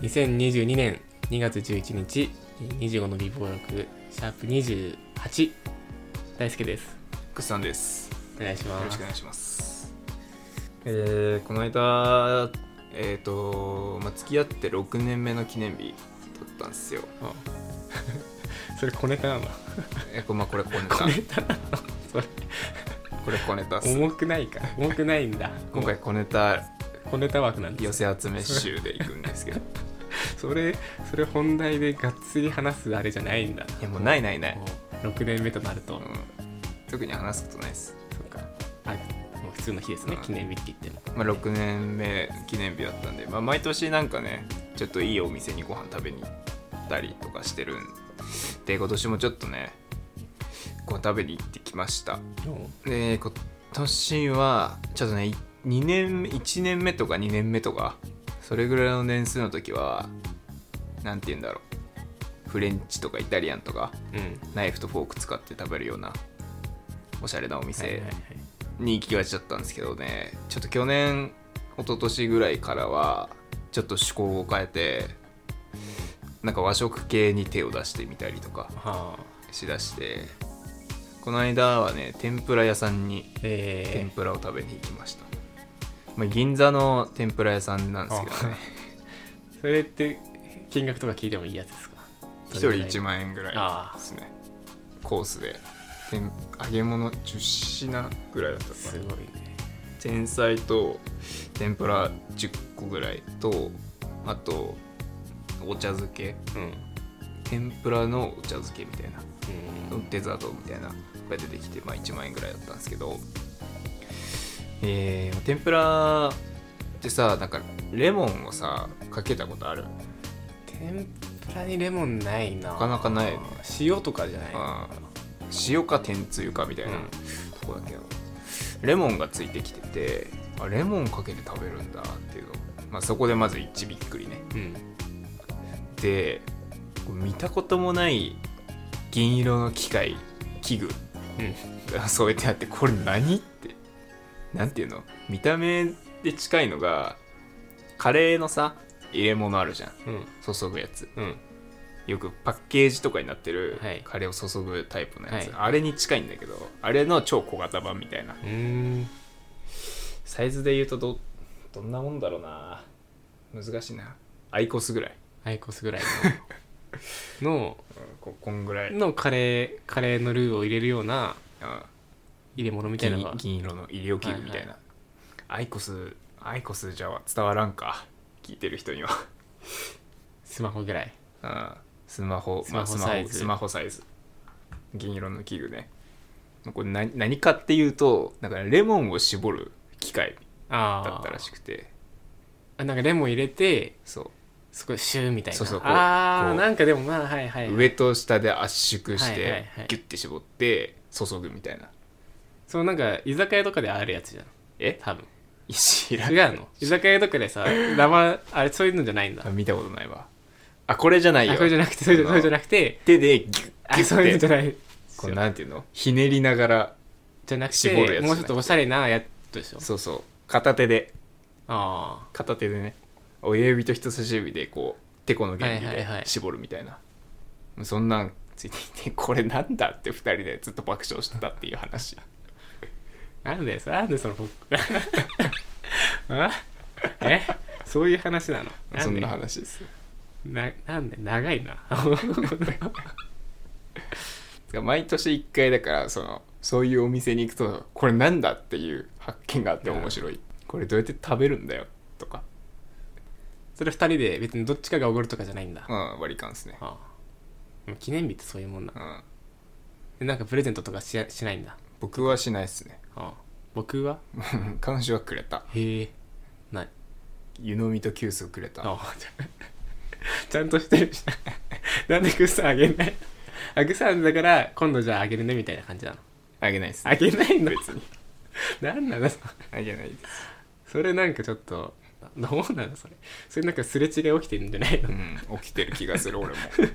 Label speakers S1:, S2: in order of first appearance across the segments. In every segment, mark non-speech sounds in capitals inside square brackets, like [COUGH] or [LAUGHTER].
S1: 2022年2月11日25の美貌録シャープ28大輔です
S2: クスさんです
S1: お願いし
S2: よ
S1: ま
S2: ろしく
S1: す
S2: お願いしますえー、この間えっ、と、まあ、付き合って6年目の記念日だったんですよ
S1: あそれ小ネタなの
S2: えこれまあこれ小ネ
S1: [LAUGHS]
S2: タ
S1: 小ネタなのそれ
S2: これ小ネタっす
S1: 重くないか重くないんだ
S2: 今回小ネタ
S1: 小ネタ枠なんで
S2: 寄
S1: す
S2: せ集め集でいくんです [LAUGHS] けどい
S1: それそれ本題でがっつり話すあれじゃないんだ
S2: やもうないないない、
S1: 6年目となると、
S2: うん、特に話すことないです、
S1: そっかあもう普通の日ですね、
S2: うん
S1: 記念日って言っても
S2: まあ、6年目記念日だったんで、まあ、毎年なんかねちょっといいお店にご飯食べに行ったりとかしてるんで今年もちょっとねご飯食べに行ってきましたで今年はちょっとね2年1年目とか2年目とかそれぐらいの年数の時は何て言うんだろうフレンチとかイタリアンとか
S1: うん
S2: ナイフとフォーク使って食べるようなおしゃれなお
S1: はいはい
S2: 店
S1: はい
S2: に行きがちだったんですけどねちょっと去年一昨年ぐらいからはちょっと趣向を変えてなんか和食系に手を出してみたりとか
S1: はあ
S2: しだしてこの間はね天ぷら屋さんに天
S1: え
S2: ぷらを食べに行きました、まあ、銀座の天ぷら屋さんなんですけどね
S1: ー、それって金額とか聞いてもいいやつですか
S2: [LAUGHS] 1人1万円ぐらい
S1: ああ
S2: ですねコースで天揚げ物10品ぐらいだったかな
S1: すごいね
S2: 前菜と天ぷら10個ぐらいとあとお茶漬け
S1: うんうん
S2: 天ぷらのお茶漬けみたいなデザートみたいなのが出てきて、まあ、1万円ぐらいだったんですけど、えー天ぷらってさなんかレモンをさかけたことある
S1: 天ぷらにレモンないな
S2: なかなかないよね
S1: 塩とかじゃない
S2: あー塩か天つゆかみたいな
S1: うん
S2: とこだけど、レモンがついてきててあレモンかけて食べるんだっていうの、まあ、そこでまず一びっくりね
S1: うん
S2: でこう見たこともない銀色の機械器具
S1: うん
S2: [LAUGHS] が添えてあってこれ何ってなんていうの見た目で近いのがカレーのさ入れ物あるじゃん
S1: うん
S2: 注ぐやつ
S1: うん
S2: よくパッケージとかになってる
S1: はい
S2: カレーを注ぐタイプのやつ、
S1: はい
S2: あれに近いんだけどあれの超小型版みたいな
S1: うーん
S2: サイズで言うとどどんなもんだろうな難しいなアイコスぐらい、
S1: アイコスぐらいの [LAUGHS] の
S2: うん、ここんぐらい、うん、
S1: のカレーカレーのルーを入れるような入れ物みたいなの
S2: 銀
S1: が
S2: 銀色の医療器具みたいな、
S1: はいは
S2: アイコスアイコスじゃ伝わらんか聞いてる人には
S1: スマホぐらい
S2: うんスマホまあ
S1: スマホサイズ
S2: スマホスマホサイズ銀色の器具ねこれ何何かっていうとなんかレモンを絞る機械
S1: ああ
S2: だったらしくて
S1: あなんかレモン入れて
S2: そ
S1: すごいシューみたいな
S2: そうそうこう
S1: あ
S2: こ
S1: あ
S2: う
S1: なんかでもまあはいは
S2: う、
S1: い、
S2: 上と下で圧縮し
S1: はいはい
S2: て
S1: はい
S2: ギュッて絞って注ぐみたいな
S1: そうなんか居酒屋とかであるやつじゃん
S2: え
S1: 多分
S2: 知ら
S1: 違
S2: な
S1: うの居酒屋とかでさ生あれそういうのじゃないんだ
S2: 見たことないわあこれじゃないよ
S1: あそれじゃなくてそれじゃそれじゃなくて
S2: 手でギュッギュッ
S1: あそういうのじゃ
S2: て
S1: ない
S2: こうなんていうのひねりながら
S1: じゃなく
S2: 絞る
S1: て
S2: やつ
S1: もうちょっとおしゃれなやつでしょ
S2: そうそう片手で
S1: あ
S2: 片手でね親指と人差し指でこうてこの原理
S1: はい
S2: で
S1: はいはい
S2: 絞るみたいな、そんなんついていて [LAUGHS] これなんだって2人でずっと爆笑してたっていう話
S1: あなんでなんでその僕 [LAUGHS] あえそういう話なのなんで
S2: そんな話です
S1: ななんで長いな [LAUGHS]
S2: 毎年1回だからそのそういうお店に行くとこれなんだっていう発見があって面白い、これどうやって食べるんだよとか、
S1: それ二人で別にどっちかがおごるとかじゃないんだ、
S2: う
S1: あ
S2: ん、割り勘ですね、
S1: あでも記念日ってそういうもんな
S2: うん、
S1: でなんかプレゼントとかしやしないんだ
S2: 僕はしないっすね [LAUGHS]
S1: ああ僕は
S2: 彼女はくれた
S1: へえない
S2: 湯飲みと急須をくれた
S1: あじゃ [LAUGHS] ちゃんとしてるしなんでグサあげないあグサだから今度じゃああげるねみたいな感じなの
S2: あげないっす、ね、
S1: あげないの
S2: 別に
S1: なんなの
S2: あげないです、
S1: それなんかちょっとどうなのそれそれなんかすれ違い起きてるんじゃないの、
S2: うん、起きてる気がする俺も [LAUGHS]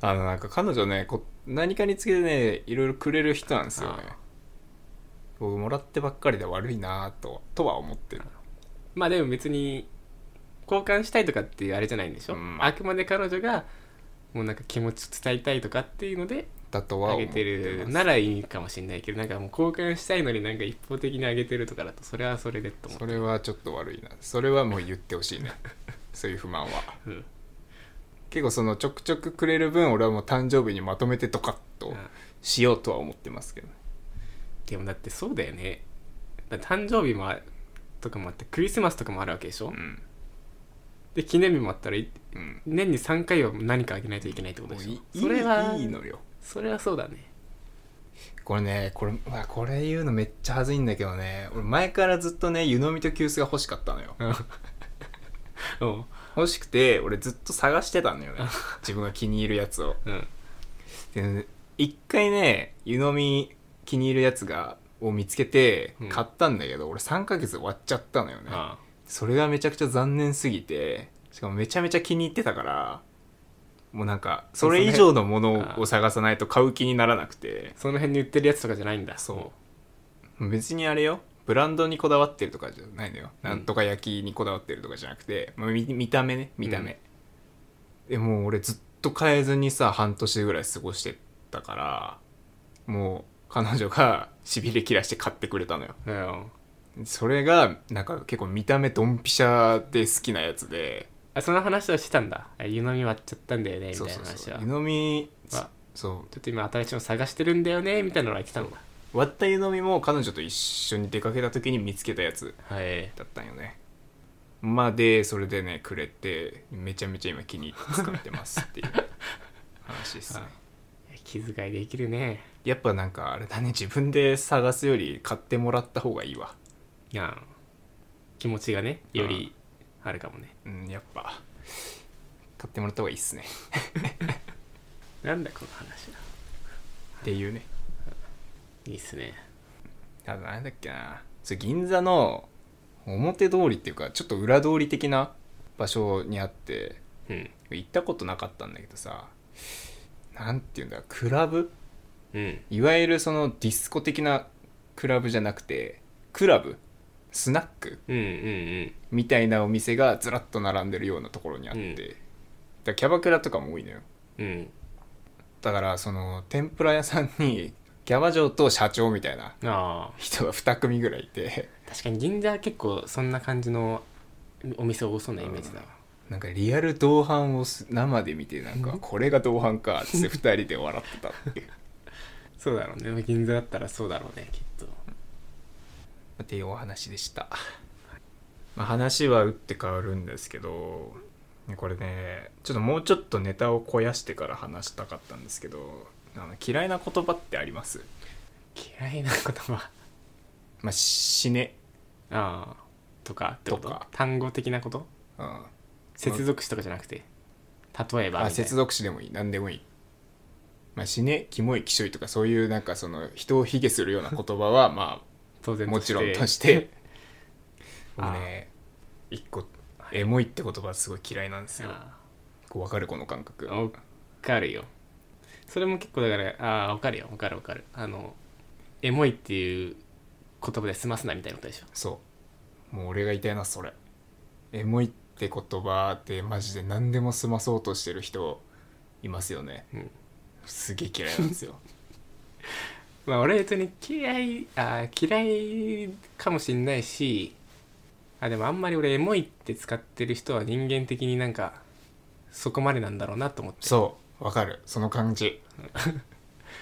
S2: あのなんか彼女ねこ何かにつけてねいろいろくれる人なんですよね
S1: ああ
S2: 僕もらってばっかりで悪いなぁととは思ってる
S1: まあでも別に交換したいとかっていうあれじゃないんでしょ、
S2: うん
S1: あくまで彼女がもうなんか気持ちを伝えたいとかっていうので
S2: だとは
S1: あ
S2: 思
S1: げ
S2: って
S1: るならいいかもしれないけどなんかもう交換したいのになんか一方的にあげてるとかだとそれはそれでと
S2: ます
S1: 思
S2: それはちょっと悪いなそれはもう言ってほしいねそういう不満は
S1: う、うん
S2: 結構そのちょくちょくくれる分俺はもう誕生日にまとめてドカッと
S1: あ
S2: しようとは思ってますけどね
S1: でもだってそうだよねだって誕生日もあとかもあってクリスマスとかもあるわけでしょ、
S2: うん
S1: で記念日もあったらい
S2: うん
S1: 年に3回は何かあげないといけないってことでしょ
S2: もうい
S1: それはい
S2: いいのよ
S1: それはそうだね
S2: これねこれ,、まあ、これ言うのめっちゃ恥ずいんだけどね俺前からずっとね湯飲みと急須が欲しかったのよ
S1: [LAUGHS] うん
S2: 欲しくて俺ずっと探してた
S1: [LAUGHS]
S2: のよね自分が気に入るやつを
S1: うん
S2: で一回ね湯飲み気に入るやつがを見つけて
S1: うん
S2: 買ったんだけど、俺3ヶ月で終わっちゃったのよね
S1: あ
S2: それがめちゃくちゃ残念すぎてしかもめちゃめちゃ気に入ってたからもうなんかそれ以上のものを探さないと買う気にならなくて
S1: その辺に売ってるやつとかじゃないんだ
S2: そう別にあれよブランドにこだわってるとかじゃないのよ、
S1: うん
S2: なんとか焼きにこだわってるとかじゃなくて、まあ、見見た目ね見た目、でもう俺ずっと変えずにさ半年ぐらい過ごしてたからもう彼女がしびれ切らして買ってくれたのよ
S1: う、うん、
S2: それがなんか結構見た目ドンピシャで好きなやつで
S1: あその話はしたんだあ湯飲み割っちゃったんだよねみた
S2: そう
S1: いな
S2: そう
S1: 話
S2: そう
S1: は
S2: 湯飲みつ
S1: わ
S2: そ
S1: ちょっと今新しいの探してるんだよねみたいなのが来たんだ
S2: う割った湯飲みも彼女と一緒に出かけた時に見つけたやつ
S1: はい
S2: だったんよねまあでそれでねくれてめちゃめちゃ今気に入って使ってますっていう話ですね
S1: あ気遣いできるね
S2: やっぱなんかあれだね自分で探すより買ってもらった方がいいわ
S1: いや気持ちがねよりあるかもね
S2: うんやっぱ買ってもらった方がいいっすね
S1: なんだこの話は
S2: っていうね
S1: いいっすね
S2: あとなんだっけなそう銀座の表通りっていうかちょっと裏通り的な場所にあって
S1: うん
S2: 行ったことなかったんだけどさなんていうんだクラブ
S1: うん
S2: いわゆるそのディスコ的なクラブじゃなくてクラブスナック
S1: うんうん
S2: みたいなお店がずらっと並んでるようなところにあって、
S1: うん
S2: だからキャバクラとかも多いのよ
S1: うんうん
S2: だからその天ぷら屋さんにキャバ嬢と社長みたいな
S1: ああ
S2: 人が2組ぐらいいて
S1: 確かに銀座は結構そんな感じのお店多そうなイメージだわ
S2: なんかリアル同伴をす生で見てなんかこれが同伴かっつって2人で笑ってたっていう
S1: そうだろうね銀座だったらそうだろうねきっと
S2: っていうお話でした、まあ、話は打って変わるんですけどこれねちょっともうちょっとネタを肥やしてから話したかったんですけどあの嫌いな言葉ってあります、
S1: 嫌いな言葉
S2: まあ、死ね、
S1: ああとかってこと
S2: とか
S1: 単語的なこと
S2: うん、
S1: 接続詞とかじゃなくて例えば
S2: あ
S1: みたい
S2: 接
S1: な
S2: 続詞でもいい何でもいい、まあ、死ねキモいキショイとかそういうなんかその人を卑下するような言葉はまあ
S1: 当然
S2: もちろんとして
S1: あー
S2: もうね一個エモいって言葉すごい嫌いなんですよ
S1: [LAUGHS] あ
S2: こう分かるこの感覚
S1: あわかるよそれも結構だからああわかるよわかるわかるあのエモいっていう言葉で済ますなみたいなことでしょ
S2: そうもう俺が言いたいのはそれエモいって言葉でマジで何でも済まそうとしてる人いますよね
S1: うん
S2: すげえ嫌いな
S1: [LAUGHS]
S2: んですよ
S1: まあ俺別に嫌いあー嫌いかもしんないしあでもあんまり俺エモいって使ってる人は人間的になんかそこまでなんだろうなと思って
S2: そうわかるその
S1: [LAUGHS]
S2: 感じ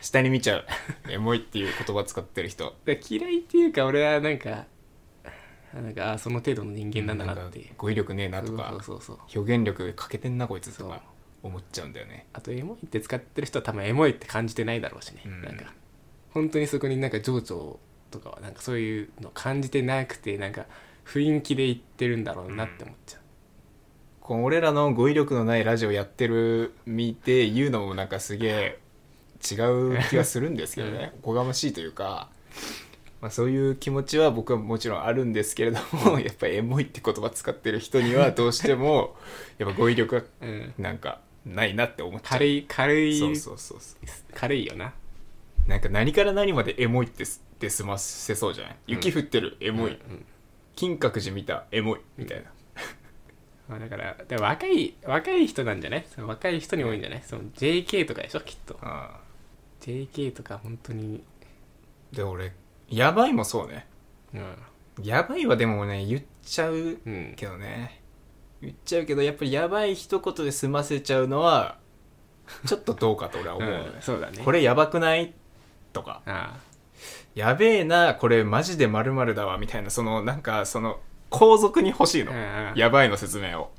S2: 下に見ちゃう [LAUGHS] エモいっていう言葉使ってる人
S1: だから嫌いっていうか俺はなんかあなんかあーその程度の人間なんだなっていう
S2: なんか語彙力ねえなとか
S1: そうそうそう
S2: 表現力欠けてんなこいつと
S1: そう
S2: か思っちゃうんだよね
S1: あとエモいって使ってる人は多分エモいって感じてないだろうしね、
S2: うん
S1: なんか本当にそこになんか情緒とかはなんかそういうの感じてなくてなんか雰囲気で言ってるんだろうなって思っちゃう、
S2: こう俺らの語彙力のないラジオやってる見て言うのもなんかすげえ違う気がするんですけどねおこがましいと [LAUGHS] いうか、まあ、そういう気持ちは僕はもちろんあるんですけれどもやっぱエモいって言葉使ってる人にはどうして [LAUGHS] もやっぱ語彙力が
S1: うん
S2: なんかないなって思っちゃう
S1: 軽い軽い
S2: そうそうそうそ
S1: 軽いよな
S2: うなんか何から何までエモいってすって済ませそうじゃない雪降ってるエモい、
S1: うん
S2: 金閣寺見たエモいみたいな、
S1: まあだからでも若い若い人なんじゃないその若い人に多いんじゃないその JK とかでしょきっと
S2: あ
S1: JK とか本当に
S2: で俺やばいもそうね
S1: うん
S2: やばいはでもね言っちゃう
S1: うん
S2: けどね言っちゃうけどやっぱりやばい一言で済ませちゃうのはちょっとどうかと俺は思う、ね
S1: [LAUGHS] うんそうだね
S2: [LAUGHS] これやばくないとか
S1: あ
S2: やべえなこれマジでまるだわみたいなそのなんかその後続に欲しい
S1: あ
S2: の、
S1: うんうん
S2: やばいの説明を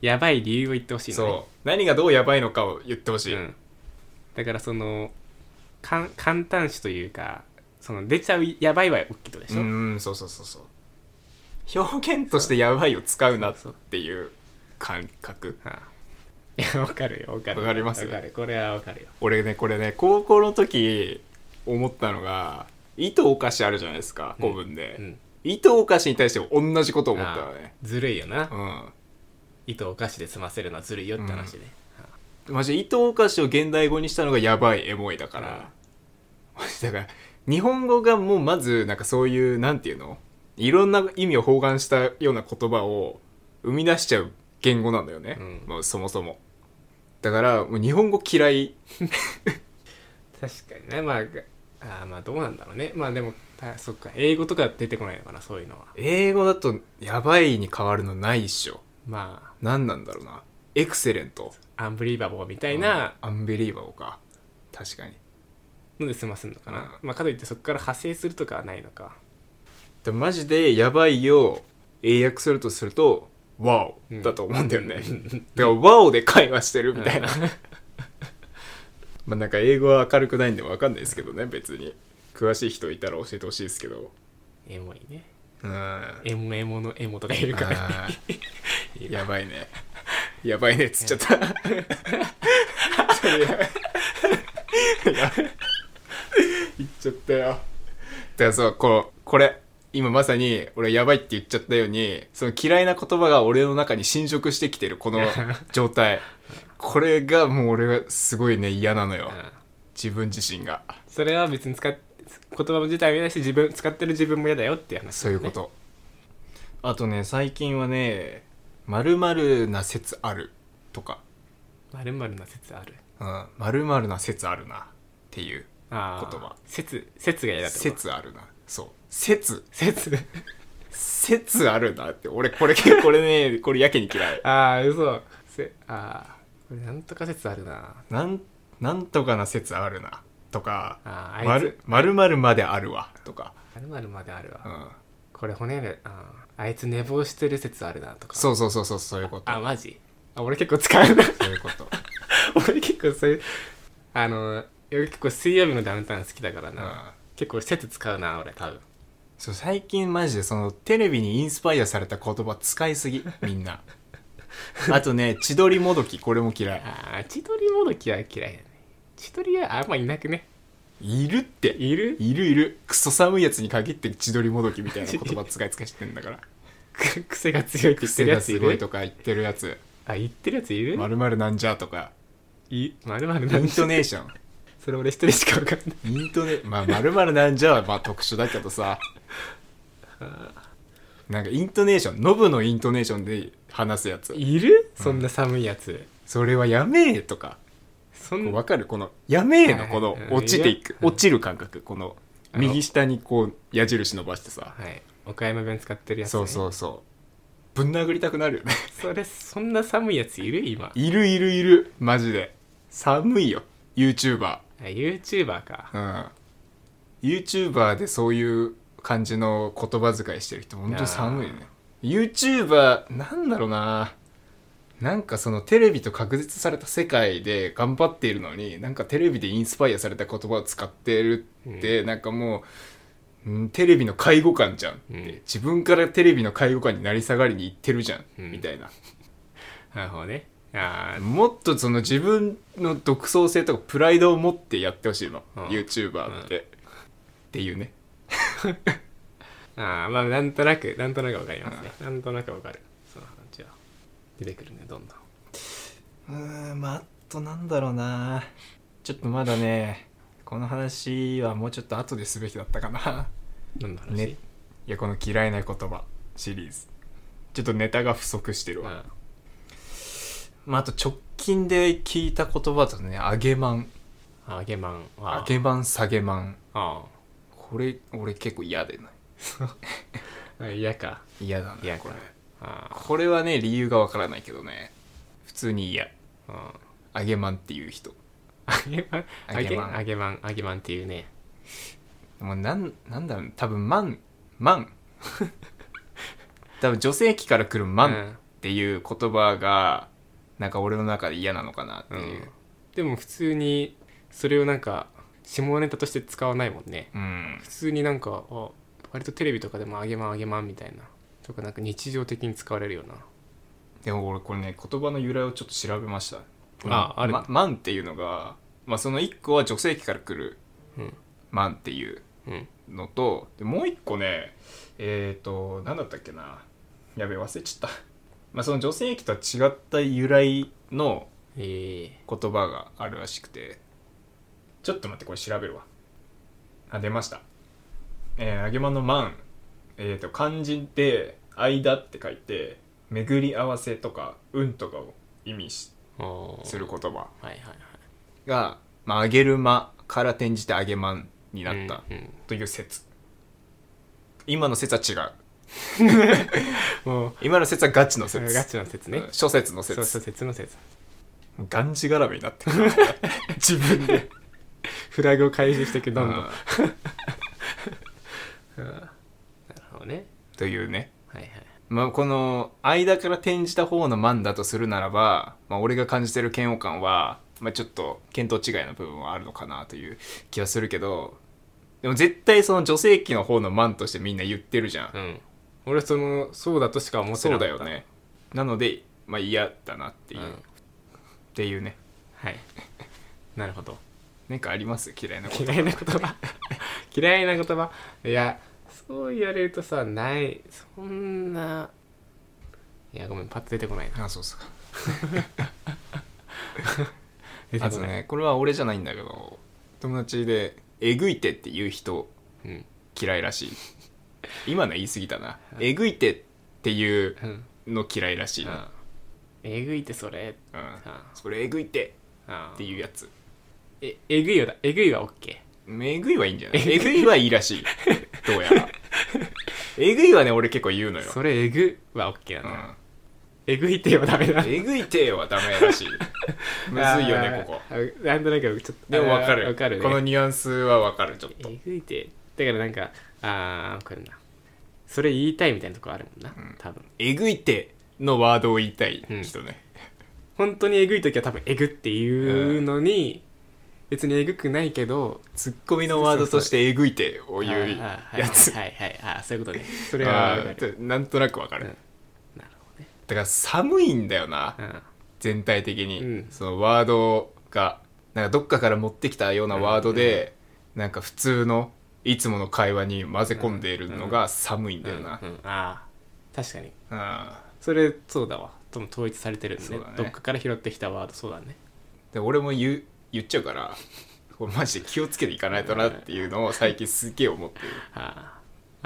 S1: やばい理由を言ってほしいのね
S2: そう何がどうやばいのかを言ってほしい、
S1: うん、だからそのかん簡単詞というかその出ちゃうやばいは大きいとでしょ、
S2: うんそうそうそうそう表現としてやばいを使うなっていう感覚
S1: ああいやわかるよわかる
S2: わかります
S1: わかるこれはわかるよ
S2: 俺ねこれね高校の時思ったのが糸おかしあるじゃないですか古文で、
S1: うん
S2: 糸おかしに対しても同じことを思ったのね
S1: ああずるいよな、
S2: う
S1: 糸お菓子で済ませるのはずるいよって話で、
S2: んマジで糸おかしを現代語にしたのがやばいエモいだから、マジだから日本語がもうまずなんかそういうなんていうのいろんな意味を包含したような言葉を生み出しちゃう言語なんだよね、
S1: うん
S2: もうそもそもだからもう日本語嫌い
S1: 確かにねまあがああまあどうなんだろうねまあでもたそっか英語とか出てこないのかなそういうのは
S2: 英語だとやばいに変わるのないっしょ
S1: ま
S2: 何なんだろうなエクセレント
S1: あアンブリーバボーみたいな
S2: うんアンビリーバーか確かに
S1: ので済ますのかな、まあかといってそこから派生するとかはないのか
S2: でもマジでやばいよ英訳するとすると「ワオ
S1: う」ん
S2: だと思うんだよね、だから「ワオ」で会話してるみた [LAUGHS] いな、まあなんか英語は明るくないんでわかんないですけどね別に詳しい人いたら教えてほしいですけど
S1: エモいね
S2: うん
S1: エモエモのエモとかいるから
S2: あー [LAUGHS] やばいねや [LAUGHS] ばいねっつっちゃったそれや言っちゃったよだからそうこうこれ今まさに俺やばいって言っちゃったようにその嫌いな言葉が俺の中に侵食してきてるこ [LAUGHS] の状態これがもう俺はすごいね嫌なのよ
S1: うん
S2: 自分自身が
S1: それは別に使っ言葉自体も嫌だし自分使ってる自分も嫌だよっていう話
S2: そういうこと、あとね最近はね「まるな説ある」とか
S1: まるまるな説ある
S2: うん、〇〇な説あるなっていう
S1: あー
S2: 言葉
S1: 説説が嫌だってこと
S2: 説あるなそう説
S1: 説 [LAUGHS]
S2: 説あるなって俺これ [LAUGHS] これねこれやけに嫌い
S1: ああ嘘せああこれなんとか説あるな
S2: なんなんとかな説あるなとか
S1: あーあいつ
S2: 〇〇〇まであるわとか、
S1: まるまるまであるわ、
S2: うん、
S1: これ骨であーあいつ寝坊してる説あるなとか
S2: そうそうそうそうそういうこと
S1: あマジあ俺結構使うな [LAUGHS]
S2: そういうこと
S1: 俺結構そういうあの俺結構水曜日のダウンタウン好きだからな、
S2: うん
S1: 結構説使うな俺多分
S2: そう最近マジでそのテレビにインスパイアされた言葉使いすぎみんなあとね千鳥もどきこれも嫌い
S1: ああ千鳥もどきは嫌いだね千鳥はあんまいなくね
S2: いるって
S1: いる
S2: いるいるクソ寒いやつに限って千鳥もどきみたいな言葉使い使いしてんだから
S1: く癖が強い [LAUGHS] って言って
S2: 癖
S1: るや
S2: が
S1: つい
S2: すご
S1: る
S2: いとか言ってるやつ
S1: あ言ってるやつい
S2: 「
S1: る
S2: まるなんじゃ」とか
S1: いまるまる
S2: イ
S1: なん
S2: ン
S1: じゃ
S2: トネーション
S1: それ俺一人しか分かんない
S2: イントネまあ「まるなんじゃ」はまあ特殊だけどさなんかイントネーションノブのイントネーションで話すやつ
S1: いるそんな寒いやつ、
S2: それはやめえとか
S1: そん
S2: こう
S1: な
S2: わかるこの「やめえ」の
S1: はい
S2: この
S1: うん
S2: 落ちていく
S1: うん
S2: 落ちる感覚この
S1: あの
S2: 右下にこう矢印伸ばしてさ
S1: はい岡山弁使ってるやつ、ね、
S2: そうそうそうぶん殴りたくなるよね
S1: それそんな寒いやついる今
S2: いるいるいるマジで寒いよ YouTuber
S1: あ YouTuber か
S2: うん YouTuber でそういう感じの言葉遣いしてる人本当に寒いね YouTuber なんだろうななんかそのテレビと隔絶された世界で頑張っているのになんかテレビでインスパイアされた言葉を使ってるって、なんかもう、うん、テレビの介護官じゃんって、
S1: うん
S2: 自分からテレビの介護官になり下がりに行ってるじゃん、
S1: うん
S2: みたいな
S1: なるほどねあー
S2: もっとその自分の独創性とかプライドを持ってやってほしいの、
S1: うん
S2: YouTuber って、っていうね
S1: あーまあなんとなくなんとなく分かりますね、なんとなく分かるその話は出てくるねどんどん
S2: うーんまああとなんだろうなちょっとまだねこの話はもうちょっと後ですべ [LAUGHS] きだったかな
S1: 何の話、
S2: ねいやこの嫌いな言葉シリーズちちょっとネタが不足してる
S1: う
S2: わ、
S1: ん
S2: まあ、あと直近で聞いた言葉だとね上げまん
S1: あげまん
S2: 上
S1: あ
S2: げまん下げまん
S1: あ
S2: これ俺結構嫌でない
S1: あ嫌か
S2: 嫌だ
S1: 嫌
S2: ね
S1: か
S2: これ
S1: あ
S2: これはね理由がわからないけどね普通に嫌
S1: あうん
S2: 上げまんっていう人
S1: あげまんあ
S2: あ
S1: げ
S2: げまん
S1: あげまんあげまんっていうね
S2: もうなんなんだろうね多分マンマン [LAUGHS] 多分女性器から来るマ
S1: う
S2: ン
S1: ん
S2: っていう言葉がなんか俺の中で嫌なのかなっていう
S1: でも普通にそれをなんか下ネタとして使わないもんね
S2: うん、
S1: 普通になんかあ割とテレビとかでも「あげまんあげまん」みたいなとかなんか日常的に使われるような
S2: でも俺これね言葉の由来をちょっと調べました
S1: あある
S2: まマンっていうのが、まあ、その1個は女性器から来る
S1: うん
S2: マンっていう
S1: うん
S2: のとでもう一個ねえっ、ー、と何だったっけなやべ忘れちゃった、まあ、その女性器とは違った由来の
S1: ええ
S2: 言葉があるらしくてちょっと待ってこれ調べるわあ出ましたえー、揚げまんの「まん」えー、と漢字で「間」って書いて「巡り合わせ」とか「運」とかを意味し
S1: おー
S2: する言葉
S1: はいはいはい
S2: が「まあ、揚げる間」から転じて「揚げまん」になった
S1: うんうん
S2: という説、今の説は違う
S1: もう
S2: 今の説はガチの
S1: それ
S2: 説
S1: ガチの説ね
S2: うん諸説の
S1: そうそう
S2: 説
S1: 説の説
S2: がんじがらめになってる [LAUGHS] 自分で
S1: フラグを開示していくど
S2: ど
S1: ん
S2: ん
S1: ど
S2: ど
S1: ん
S2: ん
S1: なるほどね
S2: というね
S1: はいはい
S2: まあこの間から転じた方のマンだとするならば、まあ、俺が感じてる嫌悪感は、まあ、ちょっと見当違いの部分はあるのかなという気はするけどでも絶対その女性器の方のマンとしてみんな言ってるじゃん、
S1: うん俺そのそうだとしか思って
S2: そ
S1: な
S2: う
S1: か
S2: だ
S1: った
S2: よねなのでまあ嫌だなっていう、
S1: うん
S2: っていうね
S1: はいなるほど
S2: なんかあります嫌いなこと
S1: 嫌いな言葉 [LAUGHS] 嫌いな言葉いやそう言われるとさないそんないやごめんパッと出てこないな
S2: あそうっすか
S1: 出て
S2: あ
S1: ことない、
S2: ねこれは俺じゃないんだけど友達で「えぐいて」って言う人
S1: うん
S2: 嫌い
S1: [LAUGHS]
S2: らしい今のは言い過ぎたな「えぐいて」っていう
S1: うん
S2: の嫌いらしい
S1: あ
S2: な
S1: えぐいってそれ
S2: うん、
S1: あ
S2: それえぐいて
S1: あ
S2: っていうやつ
S1: ええぐいよだえぐいは OK
S2: えぐいはいいんじゃないえぐいはいい
S1: [LAUGHS]
S2: らしいどうやらえぐいはね俺結構言うのよ、
S1: それえぐは OK なん
S2: う
S1: だ、
S2: ん、
S1: えぐいてはダメだ
S2: えぐいてはダメ
S1: [LAUGHS]
S2: らしいむずいよねここ
S1: あーなんとなくちょっと
S2: でもわか
S1: あ
S2: る
S1: ーわかるね
S2: このニュアンスはわかるちょっと
S1: えぐいてだからなんかああわかるなそれ言いたいみたいなとこあるもんな、多分
S2: えぐいてのワードを言いたい人ね、
S1: 本当にえぐい時は多分えぐっていうのに、別にえぐくないけど
S2: ツッコミのワードとしてえぐいてを言う
S1: あー
S2: やつ
S1: はいはいはいはいあーそういうこと
S2: [LAUGHS]
S1: ねそれは
S2: あ
S1: わかる
S2: ーなんとなくわかる、
S1: うん
S2: だから寒いんだよな、
S1: うん
S2: 全体的に、
S1: うん
S2: そのワードがなんかどっかから持ってきたようなワードで、なんか普通のいつもの会話に混ぜ込んでいるのが寒いんだよな、
S1: うんうんあー確かに
S2: あー
S1: それそうだわとも統一されてるんで、
S2: そう
S1: ね
S2: だね
S1: どっかから拾ってきたワードそうだね
S2: で俺も言う言っちゃうからこれマジで気をつけていかないとなっていうのを最近すげえ思ってる、
S1: あ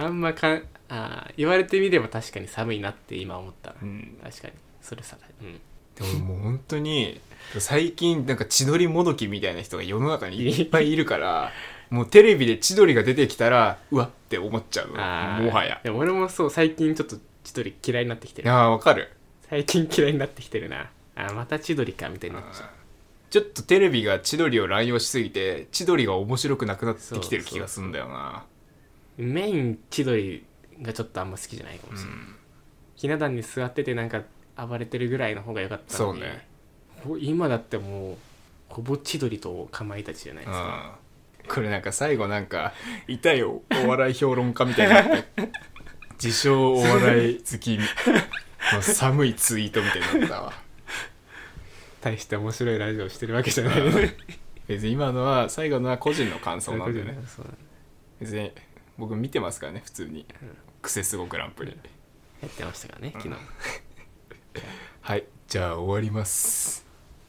S1: ーあんまかんあー言われてみれば確かに寒いなって今思った、
S2: うん
S1: 確かにそれさうん
S2: でももう本当に最近なんか千鳥もどきみたいな人が世の中にいっぱいいるからもうテレビで千鳥が出てきたらうわって思っちゃうの
S1: あー
S2: もはや
S1: でも俺もそう最近ちょっと千鳥嫌いになってきて
S2: い
S1: る
S2: やーわかる
S1: 最近嫌いになってきてるなあーまた千鳥かみたいになっちゃう
S2: ちょっとテレビが千鳥を乱用しすぎて千鳥が面白くなくなってきてる
S1: そうそう
S2: 気がするんだよな
S1: メイン千鳥がちょっとあんま好きじゃないかもしれない、ひな壇に座っててなんか暴れてるぐらいの方が良かったのに
S2: そうね
S1: ほ今だってもうほぼ千鳥とかまいたちじゃないですか、
S2: うんこれなんか最後なんかいたよお笑い評論家みたいに [LAUGHS] なって自称お笑い好 [LAUGHS] きの寒いツイートみたいになったわ
S1: 大して面白いラジオしてるわけじゃない
S2: うん別に今のは最後のは個人の感想なんでね
S1: そうなんだ
S2: 別に僕見てますからね普通に
S1: うん
S2: クセスゴグランプリ、
S1: やってましたからね昨日、
S2: はいじゃあ終わります